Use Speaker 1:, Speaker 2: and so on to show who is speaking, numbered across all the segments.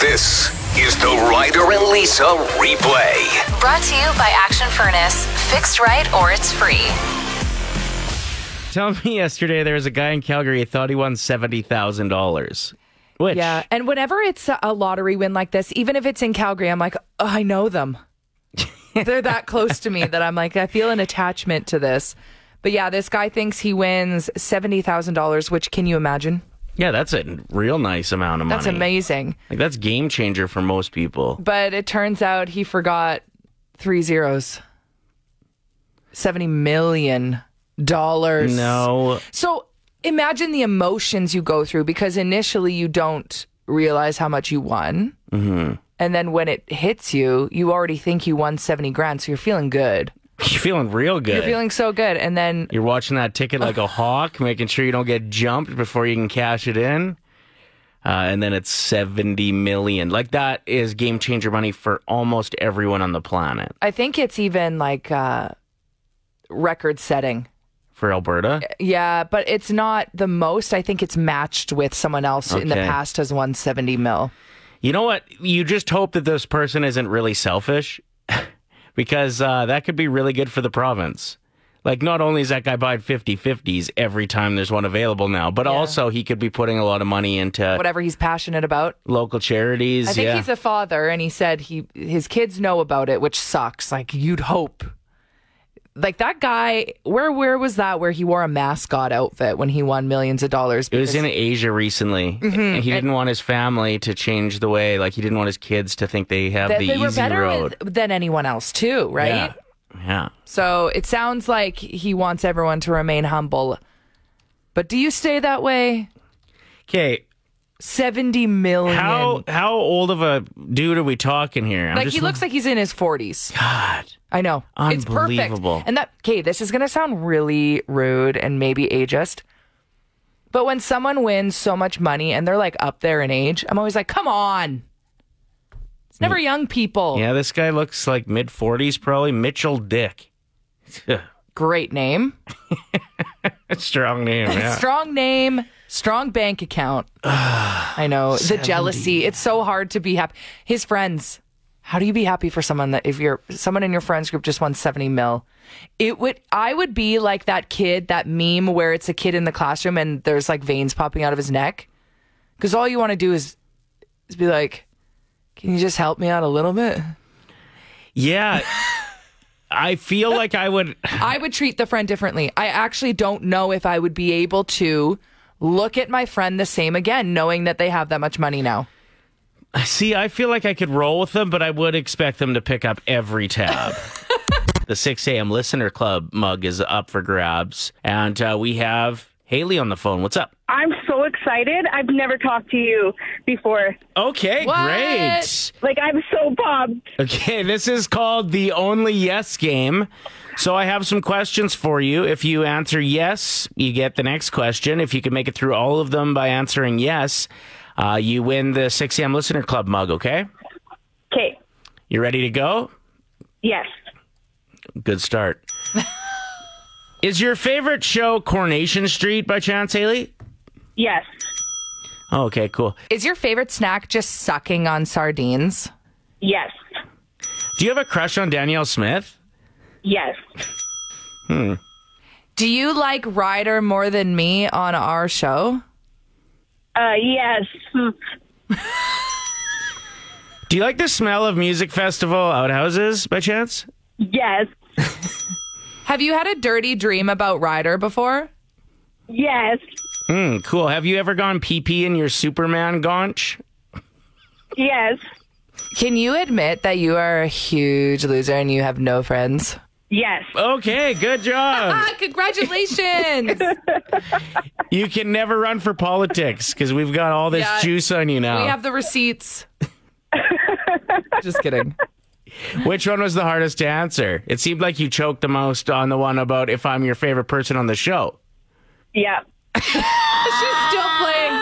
Speaker 1: This is the Ryder and Lisa replay.
Speaker 2: Brought to you by Action Furnace. Fixed right or it's free.
Speaker 3: Tell me yesterday there was a guy in Calgary who thought he won seventy thousand dollars. Which
Speaker 4: Yeah. And whenever it's a- a lottery win like this, even if it's in Calgary, I'm like, oh, I know them. They're that close to me that I'm like, I feel an attachment to this. But yeah, this guy thinks he wins $70,000, which can you imagine?
Speaker 3: Yeah, that's a real nice amount of money.
Speaker 4: That's amazing.
Speaker 3: Like that's game changer for most people.
Speaker 4: But it turns out he forgot three zeros $70 million.
Speaker 3: No.
Speaker 4: So imagine the emotions you go through because initially you don't realize how much you won. Mm-hmm. And then when it hits you, you already think you won 70 grand. So you're feeling good.
Speaker 3: You're feeling real good.
Speaker 4: You're feeling so good. And then
Speaker 3: You're watching that ticket like a hawk, making sure you don't get jumped before you can cash it in. Uh, and then it's 70 million. Like, that is game changer money for almost everyone on the planet.
Speaker 4: I think it's even like uh, record setting.
Speaker 3: For Alberta?
Speaker 4: Yeah, but it's not the most. I think it's matched with someone else who in the
Speaker 3: Okay.
Speaker 4: past has won 70 mil.
Speaker 3: You know what? You just hope that this person isn't really selfish because uh, that could be really good for the province. Like, not only is that guy buying 50 50s every time there's one available now, but also he could be putting a lot of money into
Speaker 4: Whatever he's passionate about.
Speaker 3: local charities.
Speaker 4: I think
Speaker 3: yeah.
Speaker 4: he's a father, and he said he his kids know about it, which sucks. Like you'd hope. Like that guy, where where was that? Where he wore a mascot outfit when he won millions of dollars?
Speaker 3: It was
Speaker 4: because-
Speaker 3: in Asia recently. And he didn't want his family to change the way, like he didn't want his kids to think they have
Speaker 4: that
Speaker 3: the
Speaker 4: they were
Speaker 3: easy
Speaker 4: better
Speaker 3: road.
Speaker 4: with- than anyone else too, right?
Speaker 3: Yeah. Yeah.
Speaker 4: So it sounds like he wants everyone to remain humble. But do you stay that way?
Speaker 3: Okay.
Speaker 4: Seventy million.
Speaker 3: How how old of a dude are we talking here? I'm
Speaker 4: Like
Speaker 3: just
Speaker 4: he looks like he's in his forties.
Speaker 3: God.
Speaker 4: I know. It's
Speaker 3: Unbelievable.
Speaker 4: perfect. And that, okay, this is going to sound really rude and maybe ageist. But when someone wins so much money and they're like up there in age, I'm always like, come on. It's never young people.
Speaker 3: Yeah, this guy looks like mid forties probably. Mitchell Dick.
Speaker 4: Great name.
Speaker 3: Strong name, yeah.
Speaker 4: Strong name, strong bank account. I know. The jealousy. It's so hard to be happy. His friends. How do you be happy for someone that if you're someone in your friends group just won 70 mil? It would I would be like that kid, that meme where it's a kid in the classroom and there's like veins popping out of his neck. Cause all you want to do is is be like, Can you just help me out a little bit?
Speaker 3: yeah. I feel like I would
Speaker 4: I would treat the friend differently. I actually don't know if I would be able to look at my friend the same again, knowing that they have that much money now.
Speaker 3: see, I feel like I could roll with them, but I would expect them to pick up every tab. the 6 a.m. Listener Club mug is up for grabs. And uh, we have Haley on the phone. What's up?
Speaker 5: I'm so excited. I've never talked to you before.
Speaker 3: Okay,
Speaker 4: What?
Speaker 3: great.
Speaker 5: Like, I'm so bobbed.
Speaker 3: Okay, this is called the Only Yes game. So I have some questions for you. If you answer yes, you get the next question. If you can make it through all of them by answering yes, uh, you win the 6 a.m. Listener Club mug, okay?
Speaker 5: Okay.
Speaker 3: You ready to go?
Speaker 5: Yes.
Speaker 3: Good start. is your favorite show Coronation Street by chance, Haley? Oh,
Speaker 5: Yes.
Speaker 3: Okay, cool.
Speaker 4: Is your favorite snack just sucking on sardines?
Speaker 5: Yes.
Speaker 3: Do you have a crush on Danielle Smith?
Speaker 5: Yes.
Speaker 4: Do you like Ryder more than me on our show?
Speaker 5: Uh, yes.
Speaker 3: Do you like the smell of music festival outhouses by chance?
Speaker 5: Yes.
Speaker 4: Have you had a dirty dream about Ryder before?
Speaker 5: Yes.
Speaker 3: Mm, cool. Have you ever gone pee pee in your Superman gaunch?
Speaker 5: Yes.
Speaker 4: Can you admit that you are a huge loser and you have no friends?
Speaker 5: Yes.
Speaker 3: Okay, good job.
Speaker 4: Ah, congratulations! we
Speaker 3: you can never run for politics because we've got all this
Speaker 4: Yeah.
Speaker 3: juice on you now.
Speaker 4: have the receipts. Oh. just kidding.
Speaker 3: Which one was the hardest to answer? It seemed like you choked the most on the one about if I'm your favorite person on the show.
Speaker 5: Yeah.
Speaker 4: She's still playing.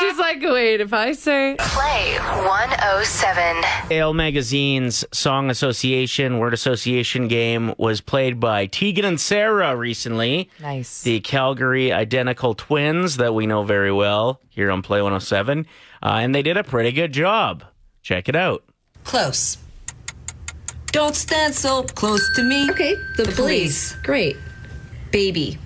Speaker 4: She's like, wait, if I say.
Speaker 2: Play 107.
Speaker 3: Ale Magazine's Song Association, Word Association game was played by Tegan and Sarah recently.
Speaker 4: Nice.
Speaker 3: the Calgary identical twins that we know very well here on Play 107. uh, and they did a pretty good job. Check it out.
Speaker 6: Close. Don't stand so close to me.
Speaker 7: Okay, the,
Speaker 6: The police.
Speaker 7: police. Great. Baby.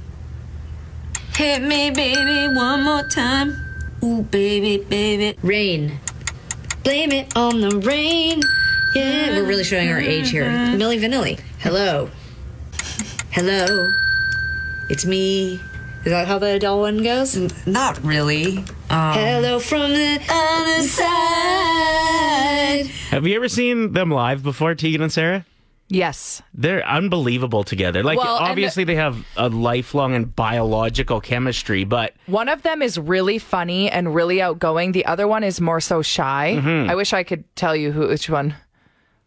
Speaker 6: Hit me, baby, one more time. Ooh, baby, baby.
Speaker 7: Rain. Blame it on the rain. Yeah, we're really showing our age here. Millie Vanilli. Hello. Hello. It's me. Is that how the adult one goes?
Speaker 6: Not really. Um,
Speaker 7: Hello from the other side.
Speaker 3: Have you ever seen them live before, Tegan and Sarah?
Speaker 4: Yes.
Speaker 3: They're unbelievable together. Like,
Speaker 4: Well, and-
Speaker 3: obviously, they have a lifelong and biological chemistry, but
Speaker 4: One of them is really funny and really outgoing. The other one is more so shy.
Speaker 3: Mm-hmm.
Speaker 4: I wish I could tell you who which one,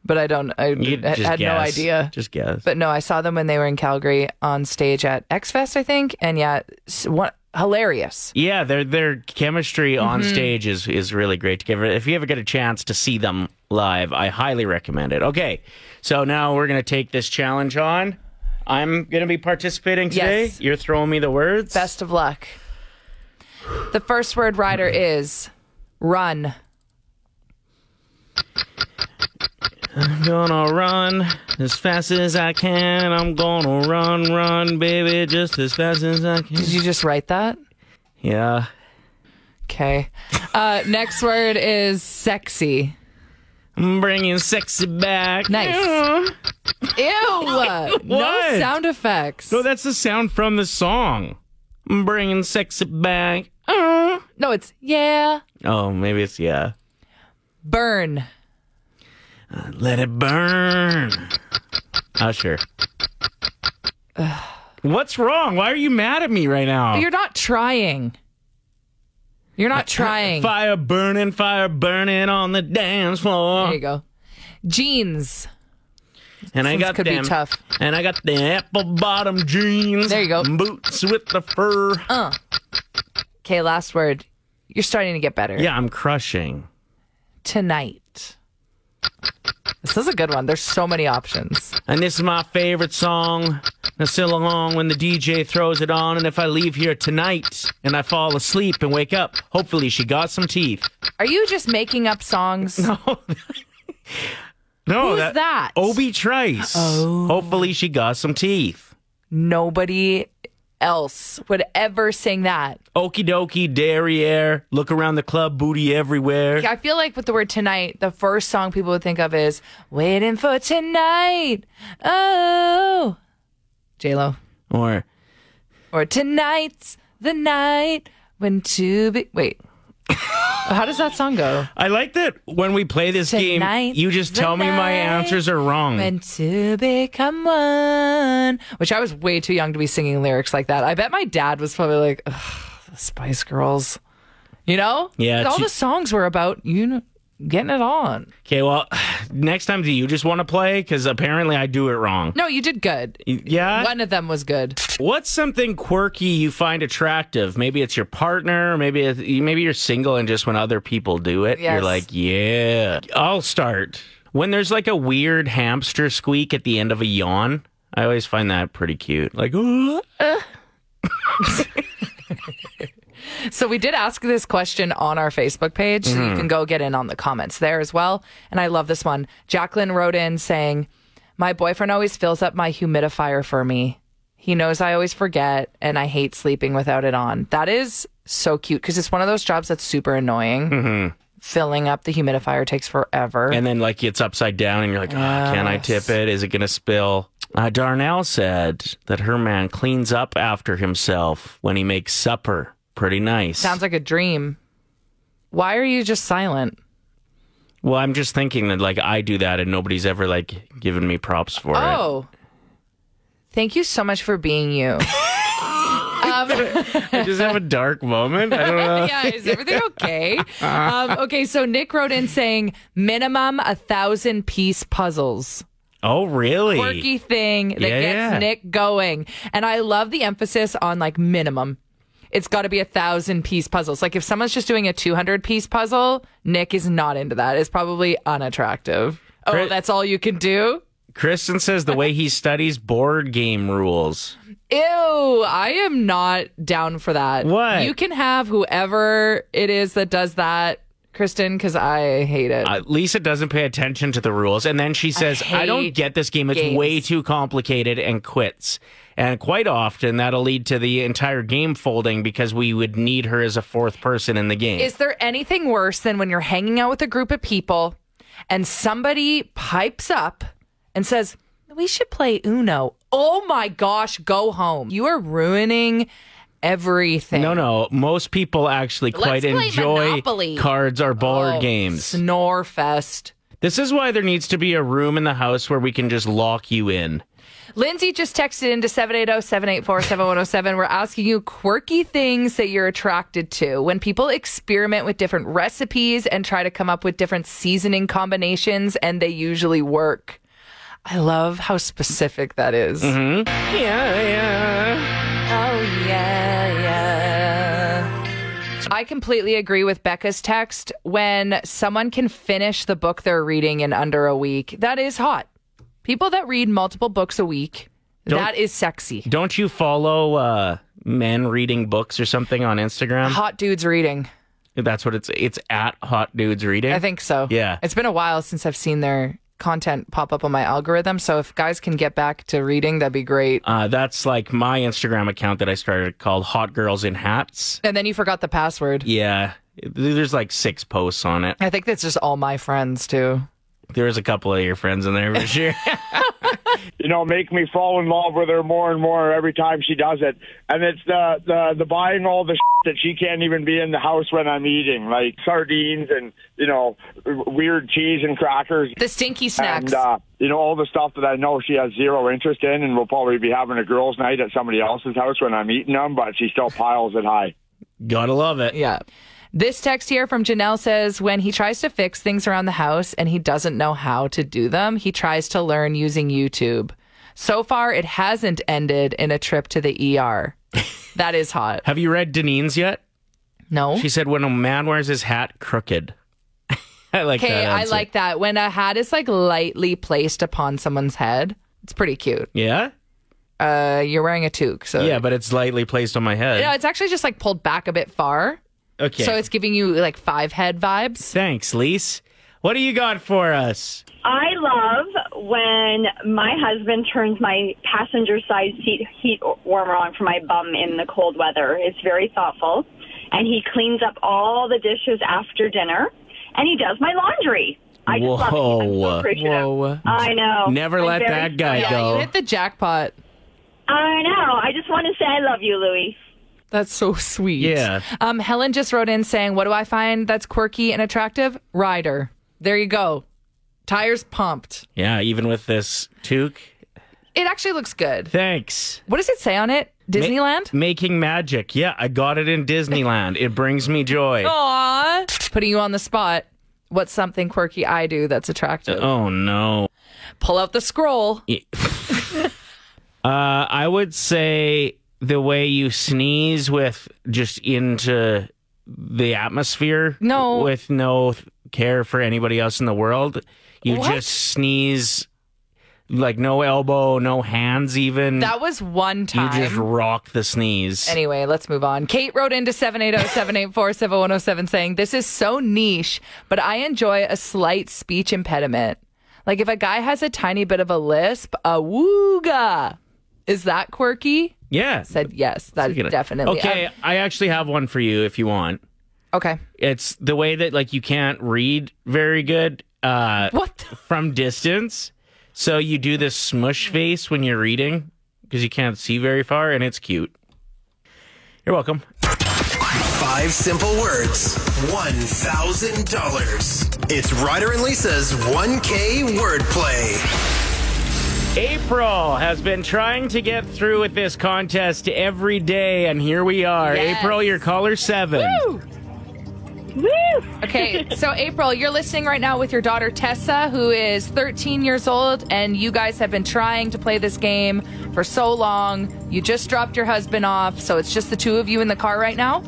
Speaker 4: but I don't. I
Speaker 3: you
Speaker 4: I
Speaker 3: just
Speaker 4: had no
Speaker 3: guess.
Speaker 4: idea.
Speaker 3: Just guess.
Speaker 4: But no, I saw them when they were in Calgary on stage at X Fest, I think. And yeah, s- one, hilarious.
Speaker 3: Yeah, their their chemistry on
Speaker 4: Mm-hmm.
Speaker 3: stage is is really great together. If you ever get a chance to see them live, I highly recommend it. Okay, so now we're gonna take this challenge on. I'm gonna be participating today.
Speaker 4: Yes.
Speaker 3: You're throwing me the words.
Speaker 4: Best of luck. The first word rider is run.
Speaker 3: Gonna run as fast as I can. I'm gonna run, run, baby, just as fast as I can.
Speaker 4: Did you just write that?
Speaker 3: Yeah.
Speaker 4: Okay. Uh, next word is sexy.
Speaker 3: I'm bringing sexy back.
Speaker 4: Nice.
Speaker 3: Yeah.
Speaker 4: Ew.
Speaker 3: What?
Speaker 4: No sound effects.
Speaker 3: So that's the sound from the song. I'm bringing sexy back. Oh.
Speaker 4: No, it's yeah.
Speaker 3: Oh, maybe it's yeah.
Speaker 4: Burn.
Speaker 3: Let it burn. Usher. What's wrong? Why are you mad at me right now?
Speaker 4: You're not trying. You're not
Speaker 3: Uh,
Speaker 4: trying.
Speaker 3: fire burning, fire burning on the dance floor.
Speaker 4: There you go. Jeans.
Speaker 3: and I
Speaker 4: This
Speaker 3: got
Speaker 4: could be
Speaker 3: them.
Speaker 4: tough.
Speaker 3: And I got the apple bottom jeans.
Speaker 4: There you go. Uh.
Speaker 3: Boots with the fur.
Speaker 4: Okay, last word. You're starting to get better.
Speaker 3: yeah, I'm crushing.
Speaker 4: Tonight. This is a good one. There's so many options.
Speaker 3: And this is my favorite song. Now sing along when the DJ throws it on. And if I leave here tonight and I fall asleep and wake up, hopefully she got some teeth.
Speaker 4: Are you just making up songs?
Speaker 3: No,
Speaker 4: Who's that?
Speaker 3: Obie Trice. Hopefully she got some teeth.
Speaker 4: Nobody else would ever sing that.
Speaker 3: Okie dokie, derriere. Look around the club, booty everywhere.
Speaker 4: I feel like with the word tonight, the first song people would think of is "Waiting for Tonight." Oh, J Lo,
Speaker 3: Or
Speaker 4: or "Tonight's the night when two be." Wait, how does that song go?
Speaker 3: I like that when we play this game,
Speaker 4: Tonight's
Speaker 3: you just
Speaker 4: the
Speaker 3: tell me my
Speaker 4: night
Speaker 3: answers are wrong.
Speaker 4: When two become one, which I was way too young to be singing lyrics like that. I bet my dad was probably like, Ugh, the Spice Girls, you know?
Speaker 3: Yeah,
Speaker 4: all
Speaker 3: she-
Speaker 4: the songs were about you know, getting it on.
Speaker 3: okay, well, next time, do you just want to play? Because apparently I do it wrong.
Speaker 4: No, you did good.
Speaker 3: Yeah?
Speaker 4: One of them was good.
Speaker 3: What's something quirky you find attractive? Maybe it's your partner, maybe it's, maybe you're single and just when other people do it, you're
Speaker 4: Yes.
Speaker 3: like, yeah. I'll start. When there's like a weird hamster squeak at the end of a yawn, I always find that pretty cute. Like, "Ooh."
Speaker 4: So we did ask this question on our Facebook page, so you can go get in on the comments there as well. And I love this one. Jacqueline wrote in saying, "My boyfriend always fills up my humidifier for me. He knows I always forget, and I hate sleeping without it on." That is so cute because it's one of those jobs that's super annoying. Filling up the humidifier takes forever.
Speaker 3: and then like it's upside down and you're like, "Ah, can I tip it? Is it going to spill? Uh, Darnell said that her man cleans up after himself when he makes supper. Pretty nice.
Speaker 4: Sounds like a dream. Why are you just silent?
Speaker 3: well, I'm just thinking that like I do that and nobody's ever like given me props for it.
Speaker 4: Oh. Thank you so much for being you.
Speaker 3: I just have a dark moment. I don't know.
Speaker 4: yeah, is everything okay? um, okay, so Nick wrote in saying minimum a thousand piece puzzles.
Speaker 3: Oh, really?
Speaker 4: Quirky thing that
Speaker 3: Yeah,
Speaker 4: gets
Speaker 3: yeah.
Speaker 4: Nick going. And I love the emphasis on like minimum. It's got to be a thousand piece puzzles. Like if someone's just doing a 200 piece puzzle, Nick is not into that. It's probably unattractive. Oh,
Speaker 3: Cri-
Speaker 4: that's all you can do?
Speaker 3: Kristen says the way he studies board game rules.
Speaker 4: Ew, I am not down for that.
Speaker 3: What?
Speaker 4: You can have whoever it is that does that Kristen, because I hate it.
Speaker 3: Uh, Lisa doesn't pay attention to the rules. And then she says, I, don't
Speaker 4: hate
Speaker 3: get this game. It's
Speaker 4: games."
Speaker 3: way too complicated and quits. And quite often that'll lead to the entire game folding because we would need her as a fourth person in the game.
Speaker 4: Is there anything worse than when you're hanging out with a group of people and somebody pipes up and says, We should play Uno? Oh my gosh, go home. You are ruining everything.
Speaker 3: no, Oh, no. Most people actually quite
Speaker 8: play
Speaker 3: enjoy
Speaker 8: Monopoly.
Speaker 3: cards or board
Speaker 4: Oh,
Speaker 3: games.
Speaker 4: Snore fest.
Speaker 3: This is why there needs to be a room in the house where we can just lock you in.
Speaker 4: Lindsay just texted into 780 784 7107. We're asking you quirky things that you're attracted to. When people experiment with different recipes and try to come up with different seasoning combinations, and they usually work. I love how specific that is.
Speaker 3: Mm-hmm. Yeah, yeah.
Speaker 4: Oh, yeah, yeah. I completely agree with Becca's text. When someone can finish the book they're reading in under a week, that is hot. People that read multiple books a week, that is sexy.
Speaker 3: Don't you follow uh, men reading books or something on Instagram?
Speaker 4: Hot dudes reading.
Speaker 3: That's what it's. It's at Hot Dudes Reading.
Speaker 4: I think so.
Speaker 3: Yeah.
Speaker 4: It's been a while since I've seen their content pop up on my algorithm. So if guys can get back to reading, that'd be great.
Speaker 3: uh, that's like my Instagram account that I started called Hot Girls in Hats.
Speaker 4: And then you forgot the password.
Speaker 3: Yeah, there's like six posts on it.
Speaker 4: I think that's just all my friends, too.
Speaker 3: There's a couple of your friends in there for sure.
Speaker 9: you know, make me fall in love with her more and more every time she does it. And it's the the, the buying all the shit that she can't even be in the house when I'm eating, like sardines and you know w- weird cheese and crackers.
Speaker 4: The stinky snacks.
Speaker 9: And uh, you know all the stuff that I know she has zero interest in, and we'll probably be having a girls' night at somebody else's house when I'm eating them. But she still piles it high.
Speaker 3: Gotta love it.
Speaker 4: Yeah. This text here from Janelle says when he tries to fix things around the house and he doesn't know how to do them, he tries to learn using YouTube. So far, it hasn't ended in a trip to the ER. that is hot.
Speaker 3: Have you read Danine's yet?
Speaker 4: No.
Speaker 3: She said, "When a man wears his hat crooked." I like that.
Speaker 4: Okay, I
Speaker 3: answer.
Speaker 4: like that. When a hat is like lightly placed upon someone's head, it's pretty cute.
Speaker 3: Yeah,
Speaker 4: Uh, you're wearing a toque, so
Speaker 3: yeah, but it's lightly placed on my head.
Speaker 4: No, it's actually just like pulled back a bit far,
Speaker 3: okay.
Speaker 4: so it's giving you like five head vibes.
Speaker 3: Thanks, Lise. What do you got for us?
Speaker 5: I love when my husband turns my passenger side seat heat warmer on for my bum in the cold weather. It's very thoughtful. And he cleans up all the dishes after dinner and he does my laundry. I just love it. I'm
Speaker 3: Whoa.
Speaker 5: so appreciative.
Speaker 4: Whoa.
Speaker 5: I know.
Speaker 3: Never
Speaker 5: I'm
Speaker 3: let
Speaker 5: very-
Speaker 3: that guy
Speaker 4: Yeah,
Speaker 3: go.
Speaker 4: you hit the jackpot.
Speaker 5: I know. I just want to say I love you, Louie.
Speaker 4: That's so sweet.
Speaker 3: Yeah.
Speaker 4: Um, Helen just wrote in saying, What do I find that's quirky and attractive? Rider. There you go. Tires pumped.
Speaker 3: yeah, even with this toque.
Speaker 4: It actually looks good.
Speaker 3: Thanks.
Speaker 4: What does it say on it? Disneyland?
Speaker 3: Making magic. Yeah, I got it in Disneyland. it brings me joy. Oh,
Speaker 4: Aww. Putting you on the spot. What's something quirky I do that's attractive?
Speaker 3: Oh, no.
Speaker 4: Pull out the scroll.
Speaker 3: Uh, I would say the way you sneeze with just into the atmosphere.
Speaker 4: No.
Speaker 3: With no th- care for anybody else in the world. You
Speaker 4: What?
Speaker 3: just sneeze like no elbow, no hands even.
Speaker 4: That was one
Speaker 3: you
Speaker 4: time.
Speaker 3: just rock the sneeze.
Speaker 4: Anyway, let's move on. Kate wrote into 780-784-7107 saying, This is so niche, but I enjoy a slight speech impediment. Like if a guy has a tiny bit of a lisp, a wooga. Is that quirky?
Speaker 3: yeah.
Speaker 4: Said yes, that's
Speaker 3: Speaking of-
Speaker 4: definitely.
Speaker 3: Okay,
Speaker 4: um,
Speaker 3: I actually have one for you if you want.
Speaker 4: okay.
Speaker 3: It's the way that like you can't read very good uh,
Speaker 4: What? the-
Speaker 3: from distance, so you do this smush face when you're reading because you can't see very far, and it's cute. You're welcome.
Speaker 10: Five simple words, $1,000. It's Ryder and Lisa's 1K wordplay.
Speaker 3: April has been trying to get through with this contest every day, and here we are.
Speaker 4: Yes.
Speaker 3: April, your caller seven.
Speaker 5: Woo!
Speaker 4: Okay, so April, you're listening right now with your daughter Tessa, who is 13 years old, and you guys have been trying to play this game for so long. You just dropped your husband off, so it's just the two of you in the car right now.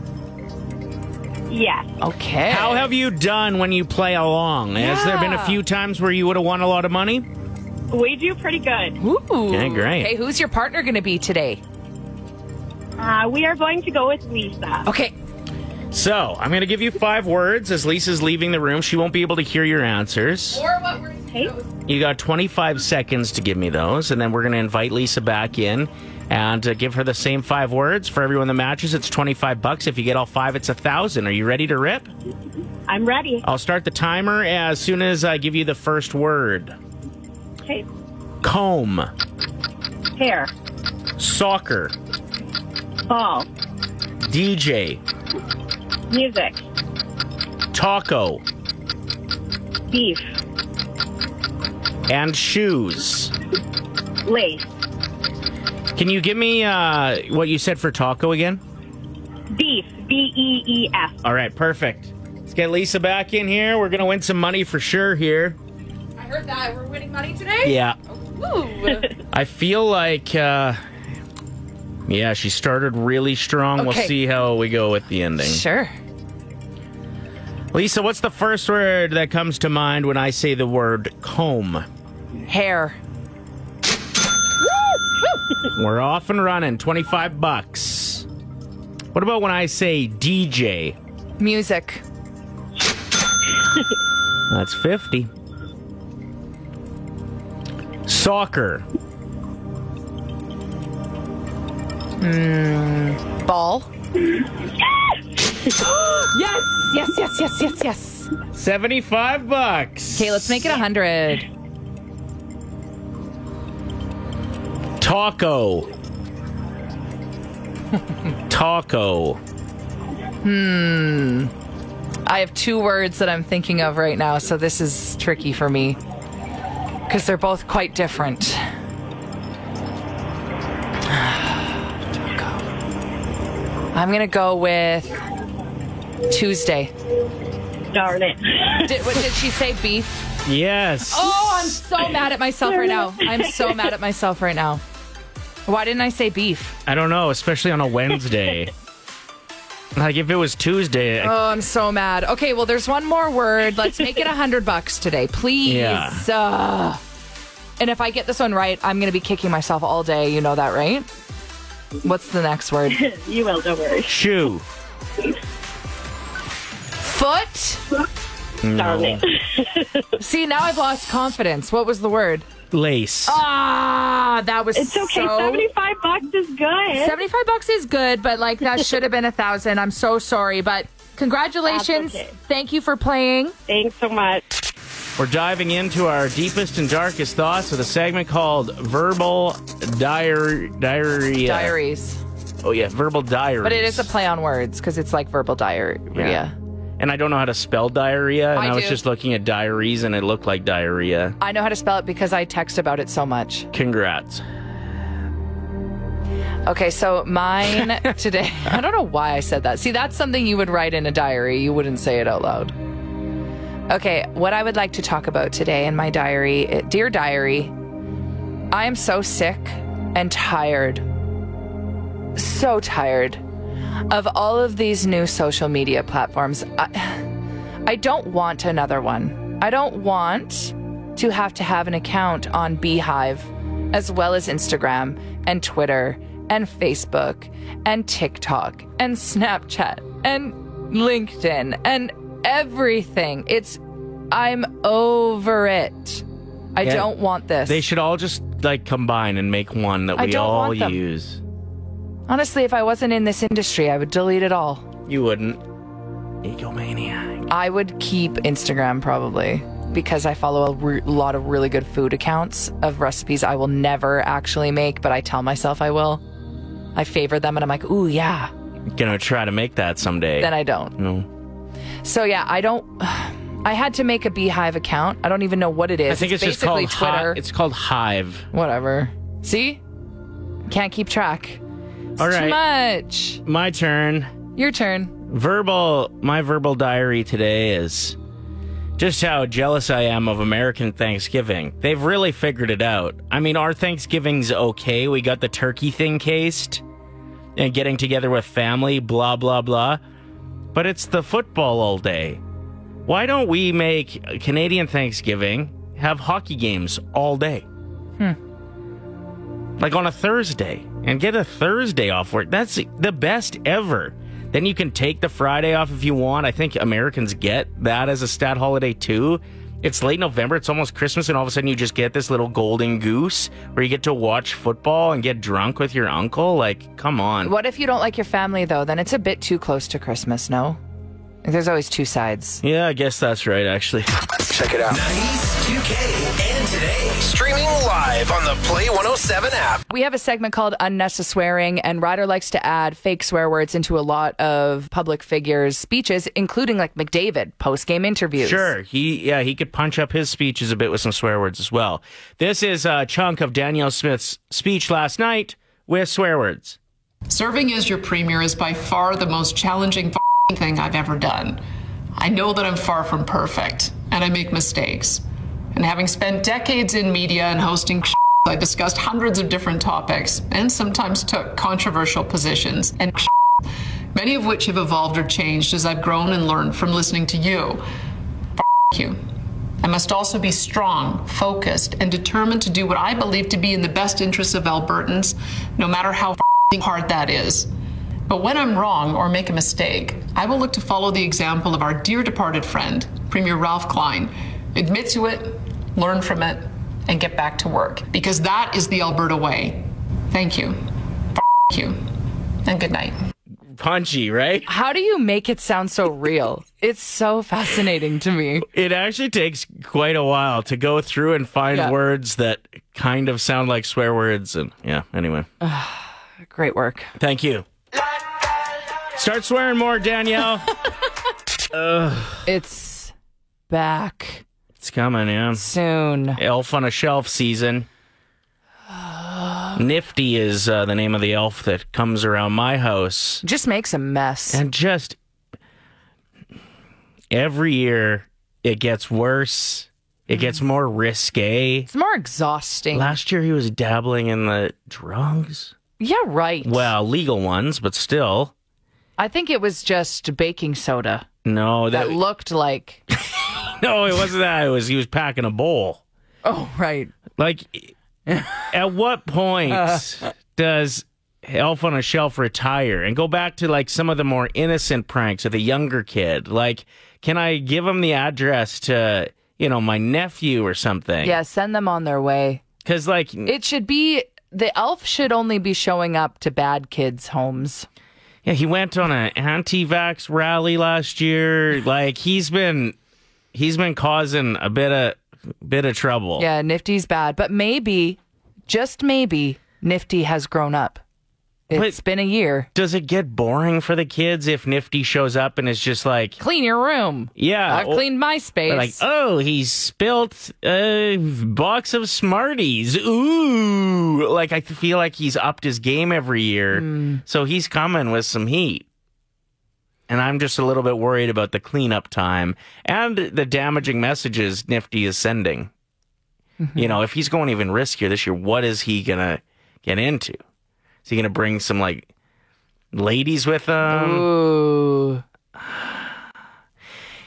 Speaker 5: Yes.
Speaker 4: Okay.
Speaker 3: How have you done when you play along? Has there been a
Speaker 4: Yeah.
Speaker 3: few times where you would have won a lot of money?
Speaker 5: We do pretty good.
Speaker 4: Ooh.
Speaker 3: Okay, great.
Speaker 4: Hey, who's your partner going to be today?
Speaker 5: Uh, we are going to go with Lisa.
Speaker 4: Okay.
Speaker 3: So I'm going to give you five words as Lisa's leaving the room. She won't be able to hear your answers. You got 25 seconds to give me those, and then we're going to invite Lisa back in and uh, give her the same five words. For everyone that matches, it's 25 bucks. If you get all five, it's a thousand. Are you ready to rip?
Speaker 5: I'm ready.
Speaker 3: I'll start the timer as soon as I give you the first word.
Speaker 5: Okay.
Speaker 3: Comb,
Speaker 5: Hair,
Speaker 3: soccer,
Speaker 5: ball,
Speaker 3: DJ,
Speaker 5: music,
Speaker 3: taco,
Speaker 5: beef,
Speaker 3: and shoes.
Speaker 5: lace,
Speaker 3: Can you give me uh, what you said for taco again?
Speaker 5: beef, B E E F.
Speaker 3: All right, perfect. Let's get Lisa back in here. We're gonna win some money for sure here.
Speaker 8: I heard that. We're winning money today?
Speaker 3: Yeah,
Speaker 8: Woo!
Speaker 3: I feel like. Uh, yeah, she started really strong. We'll
Speaker 4: Okay.
Speaker 3: see how we go with the ending.
Speaker 4: Sure.
Speaker 3: Lisa, what's the first word that comes to mind when I say the word comb?
Speaker 4: Hair.
Speaker 3: We're off and running. 25 bucks. What about when I say DJ?
Speaker 4: Music.
Speaker 3: That's 50. Soccer.
Speaker 4: Ball. yes. Yes, yes, yes, yes, yes.
Speaker 3: 75 bucks.
Speaker 4: Okay, let's make it a 100.
Speaker 3: Taco. Taco.
Speaker 4: I have two words that I'm thinking of right now, so this is tricky for me because they're both quite different. I'm gonna go with Tuesday.
Speaker 5: Darn it.
Speaker 4: Did, what, did she say beef?
Speaker 3: Yes.
Speaker 4: Oh, I'm so mad at myself right now. I'm so mad at myself right now. Why didn't I say beef?
Speaker 3: I don't know, especially on a Wednesday. like if it was Tuesday, I-
Speaker 4: Oh, I'm so mad. Okay, well, there's one more word. Let's make it a hundred bucks today, please.
Speaker 3: Yeah.
Speaker 4: Uh, and if I get this one right, I'm gonna be kicking myself all day. You know that, right? What's the next word?
Speaker 5: you will, don't worry.
Speaker 3: shoe.
Speaker 4: Foot.
Speaker 5: Darn it.
Speaker 4: See, now I've lost confidence. What was the word?
Speaker 3: Lace.
Speaker 4: Ah, that was
Speaker 5: It's okay.
Speaker 4: so-
Speaker 5: 75 bucks is good.
Speaker 4: 75 bucks is good, but like that should have been a thousand. I'm so sorry, but congratulations.
Speaker 5: That's okay.
Speaker 4: Thank you for playing.
Speaker 5: Thanks so much.
Speaker 3: We're diving into our deepest and darkest thoughts with a segment called Verbal Diar- Diarrhea.
Speaker 4: Diaries.
Speaker 3: Oh, yeah, Verbal Diarrhea.
Speaker 4: But it is a play on words because it's like verbal diarrhea.
Speaker 3: Yeah. And I don't know how to spell diarrhea, and I,
Speaker 4: I
Speaker 3: was
Speaker 4: do. Ah.
Speaker 3: just looking at diaries, and it looked like diarrhea.
Speaker 4: I know how to spell it because I text about it so much.
Speaker 3: Congrats.
Speaker 4: Okay, so mine today, I don't know why I said that. See, that's something you would write in a diary, you wouldn't say it out loud. Okay, what I would like to talk about today in my diary, eh, dear diary, I am so sick and tired, so tired of all of these new social media platforms. I, I don't want another one. I don't want to have to have an account on Beehive, as well as Instagram and Twitter and Facebook and TikTok and Snapchat and LinkedIn and everything. It's, I'm over it. I
Speaker 3: Yeah.
Speaker 4: don't want this.
Speaker 3: They should all just like combine and make one that
Speaker 4: I
Speaker 3: we
Speaker 4: don't
Speaker 3: all
Speaker 4: want them.
Speaker 3: use.
Speaker 4: Honestly, if I wasn't in this industry, I would delete it all.
Speaker 3: You wouldn't. Egomaniac.
Speaker 4: I would keep Instagram probably because I follow a re- lot of really good food accounts of recipes I will never actually make, but I tell myself I will. I favor them and I'm like, ooh, yeah.
Speaker 3: Gonna try to make that someday.
Speaker 4: Then I don't.
Speaker 3: no.
Speaker 4: So yeah, I don't. I had to make a beehive account. I don't even know what it is.
Speaker 3: I think it's, just
Speaker 4: basically
Speaker 3: called
Speaker 4: Twitter.
Speaker 3: Hi- it's called Hive.
Speaker 4: Whatever. See? Can't keep track. It's
Speaker 3: All right.
Speaker 4: Too much.
Speaker 3: My turn.
Speaker 4: Your turn.
Speaker 3: Verbal. My verbal diary today is just how jealous I am of American Thanksgiving. They've really figured it out. I mean, our Thanksgiving's okay. We got the turkey thing cased and getting together with family, blah, blah, blah. But it's the football all day. Why don't we make Canadian Thanksgiving have hockey games all day? Like on a Thursday and get a Thursday off work. That's the best ever. Then you can take the Friday off if you want. I think Americans get that as a stat holiday too. It's late November, it's almost Christmas, and all of a sudden you just get this little golden goose where you get to watch football and get drunk with your uncle. Like, come on.
Speaker 4: What if you don't like your family though? Then it's a bit too close to Christmas, no? Like, There's always two sides.
Speaker 3: Yeah, I guess that's right, actually.
Speaker 1: Check it out.
Speaker 10: 90s, 2K, and today. Streaming live on the Play 107 app.
Speaker 4: We have a segment called Unnecessary Swearing, and Ryder likes to add fake swear words into a lot of public figures' speeches, including like McDavid post game interviews.
Speaker 3: Sure, he yeah he could punch up his speeches a bit with some swear words as well. This is a chunk of Danielle Smith's speech last night with swear words.
Speaker 11: Serving as your premier is by far the most challenging f***ing thing I've ever done. I know that I'm far from perfect, and I make mistakes. And having spent decades in media and hosting I discussed hundreds of different topics and sometimes took controversial positions and many of which have evolved or changed as I've grown and learned from listening to you. F- you. I must also be strong, focused, and determined to do what I believe to be in the best interests of Albertans, no matter how f***ing hard that is. But when I'm wrong or make a mistake, I will look to follow the example of our dear departed friend, Premier Ralph Klein, admit to it, learn from it, and get back to work, because that is the Alberta way. Thank you. F- you. And good night.
Speaker 3: Punchy, right?
Speaker 4: How do you make it sound so real? it's so fascinating to me.
Speaker 3: It actually takes quite a while to go through and find
Speaker 4: Yeah.
Speaker 3: words that kind of sound like swear words. And yeah, anyway,
Speaker 4: Great work.
Speaker 3: thank you. Start swearing more, Danielle.
Speaker 4: It's back
Speaker 3: it's coming, yeah.
Speaker 4: soon.
Speaker 3: Elf on a Shelf season. Nifty is uh, the name of the elf that comes around my house.
Speaker 4: Just makes a mess.
Speaker 3: and just every year it gets worse it gets more risque
Speaker 4: it's more exhausting.
Speaker 3: last year he was dabbling in the drugs
Speaker 4: yeah, right.
Speaker 3: well legal ones but still
Speaker 4: I think it was just baking soda
Speaker 3: no that,
Speaker 4: that looked like.
Speaker 3: no it wasn't that it was he was packing a bowl
Speaker 4: Oh, right.
Speaker 3: like at what point does elf on a shelf retire and go back to like some of the more innocent pranks of the younger kid like can i give him the address to you know my nephew or something
Speaker 4: Yeah, send them on their way.
Speaker 3: Because, like,
Speaker 4: It should be the elf should only be showing up to bad kids' homes.
Speaker 3: yeah, he went on an anti-vax rally last year. Like, he's been he's been causing a bit of bit of trouble.
Speaker 4: Yeah, Nifty's bad, but maybe, just maybe, Nifty has grown up. It's
Speaker 3: But-
Speaker 4: been a year.
Speaker 3: Does it get boring for the kids if Nifty shows up and is just like,
Speaker 4: Clean your room.
Speaker 3: yeah,
Speaker 4: I
Speaker 3: or-
Speaker 4: cleaned my space.
Speaker 3: like, oh, he spilt a box of Smarties. Ooh, like I feel like he's upped his game every year, so he's coming with some heat. And I'm just a little bit worried about the cleanup time and the damaging messages Nifty is sending. You know, if he's going even riskier this year, what is he gonna get into? Is he gonna bring some like ladies with him?
Speaker 4: Ooh.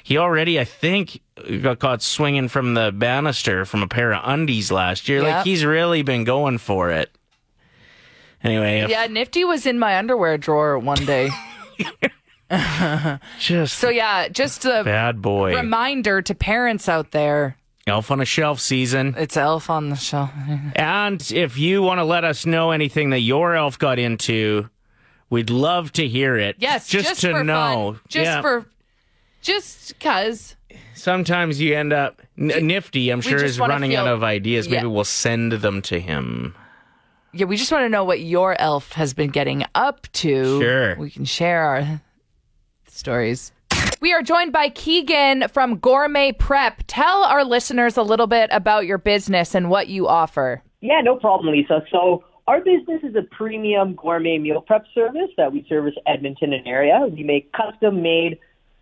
Speaker 3: He already, I think, got caught swinging from the banister from a pair of undies last year.
Speaker 4: Yep.
Speaker 3: Like he's really been going for it. Anyway, if-
Speaker 4: Yeah, Nifty was in my underwear drawer one day.
Speaker 3: just
Speaker 4: so yeah, just a
Speaker 3: bad boy.
Speaker 4: reminder to parents out there.
Speaker 3: Elf on a shelf season.
Speaker 4: It's elf on the shelf.
Speaker 3: And if you want to let us know anything that your elf got into, we'd love to hear it.
Speaker 4: Yes,
Speaker 3: just,
Speaker 4: just,
Speaker 3: to
Speaker 4: for
Speaker 3: know.
Speaker 4: Fun. Just
Speaker 3: Yeah.
Speaker 4: for just cuz
Speaker 3: Sometimes you end up N- nifty. I'm sure
Speaker 4: just
Speaker 3: is
Speaker 4: wanna
Speaker 3: running out
Speaker 4: feel-
Speaker 3: of ideas. Maybe
Speaker 4: Yeah.
Speaker 3: we'll send them to him.
Speaker 4: yeah, we just want to know what your elf has been getting up to.
Speaker 3: Sure.
Speaker 4: We can share our stories. We are joined by Keegan from Gourmet Prep. Tell our listeners a little bit about your business and what you offer.
Speaker 12: Yeah, no problem, Lisa. So our business is a premium gourmet meal prep service that we service Edmonton and area. We make custom made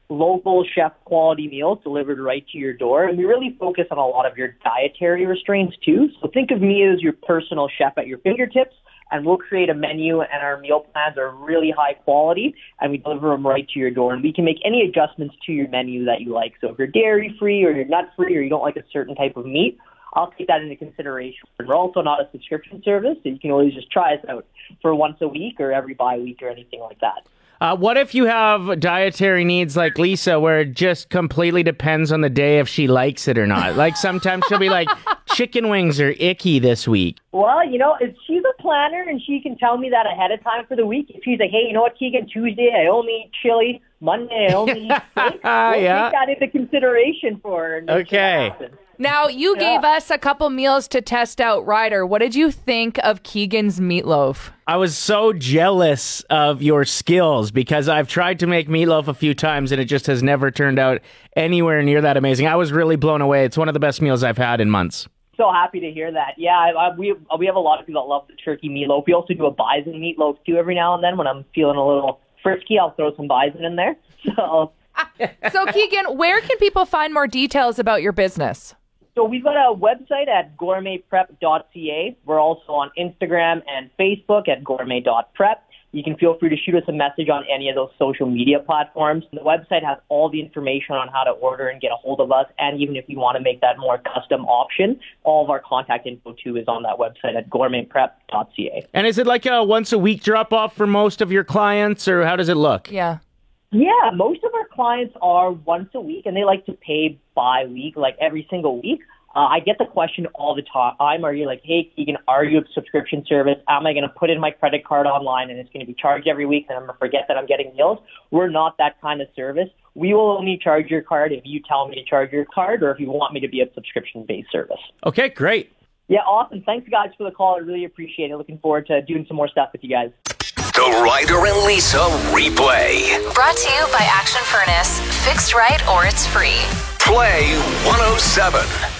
Speaker 12: local chef quality meals delivered right to your door. And we really focus on a lot of your dietary restraints too. So think of me as your personal chef at your fingertips and we'll create a menu and our meal plans are really high quality and we deliver them right to your door and we can make any adjustments to your menu that you like. So if you're dairy free or you're nut free or you don't like a certain type of meat, I'll take that into consideration. We're also not a subscription service, so you can always just try us out for once a week or every bi week or anything like that.
Speaker 3: Uh, what if you have dietary needs like Lisa, where it just completely depends on the day if she likes it or not? Like sometimes she'll be like, chicken wings are icky this week.
Speaker 12: Well, you know, if she's a planner and she can tell me that ahead of time for the week, if she's like, hey, you know what, Keegan, Tuesday I only eat chili, Monday I only eat steak, we'll
Speaker 3: Yeah.
Speaker 12: take that into consideration for her. and make sure that
Speaker 3: Okay.
Speaker 12: happens.
Speaker 4: Now, you gave us a couple meals to test out Ryder. What did you think of Keegan's meatloaf?
Speaker 3: I was so jealous of your skills because I've tried to make meatloaf a few times and it just has never turned out anywhere near that amazing. I was really blown away. It's one of the best meals I've had in months.
Speaker 12: So happy to hear that. Yeah, I, I, we we have a lot of people that love the turkey meatloaf. We also do a bison meatloaf too every now and then. When I'm feeling a little frisky, I'll throw some bison in there. So
Speaker 4: So, Keegan, where can people find more details about your business?
Speaker 12: So we've got a website at gourmetprep.ca. We're also on Instagram and Facebook at gourmet.prep. You can feel free to shoot us a message on any of those social media platforms. The website has all the information on how to order and get a hold of us. And even if you want to make that more custom option, all of our contact info too is on that website at gourmetprep.ca.
Speaker 3: And is it like a once a week drop off for most of your clients or how does it look?
Speaker 4: Yeah.
Speaker 12: Yeah, most of our clients are once a week, and they like to pay by week, like every single week. Uh, I get the question all the time. Are you like, hey, Keegan, are you a subscription service? Am I going to put in my credit card online and it's going to be charged every week and I'm going to forget that I'm getting meals? We're not that kind of service. We will only charge your card if you tell me to charge your card or if you want me to be a subscription based service.
Speaker 3: Okay, great.
Speaker 12: Yeah, awesome. Thanks, guys, for the call. I really appreciate it. Looking forward to doing some more stuff with you guys.
Speaker 1: The Ryder and Lisa replay.
Speaker 2: Brought to you by Action Furnace. Fixed right or it's free.
Speaker 1: oh Play 107.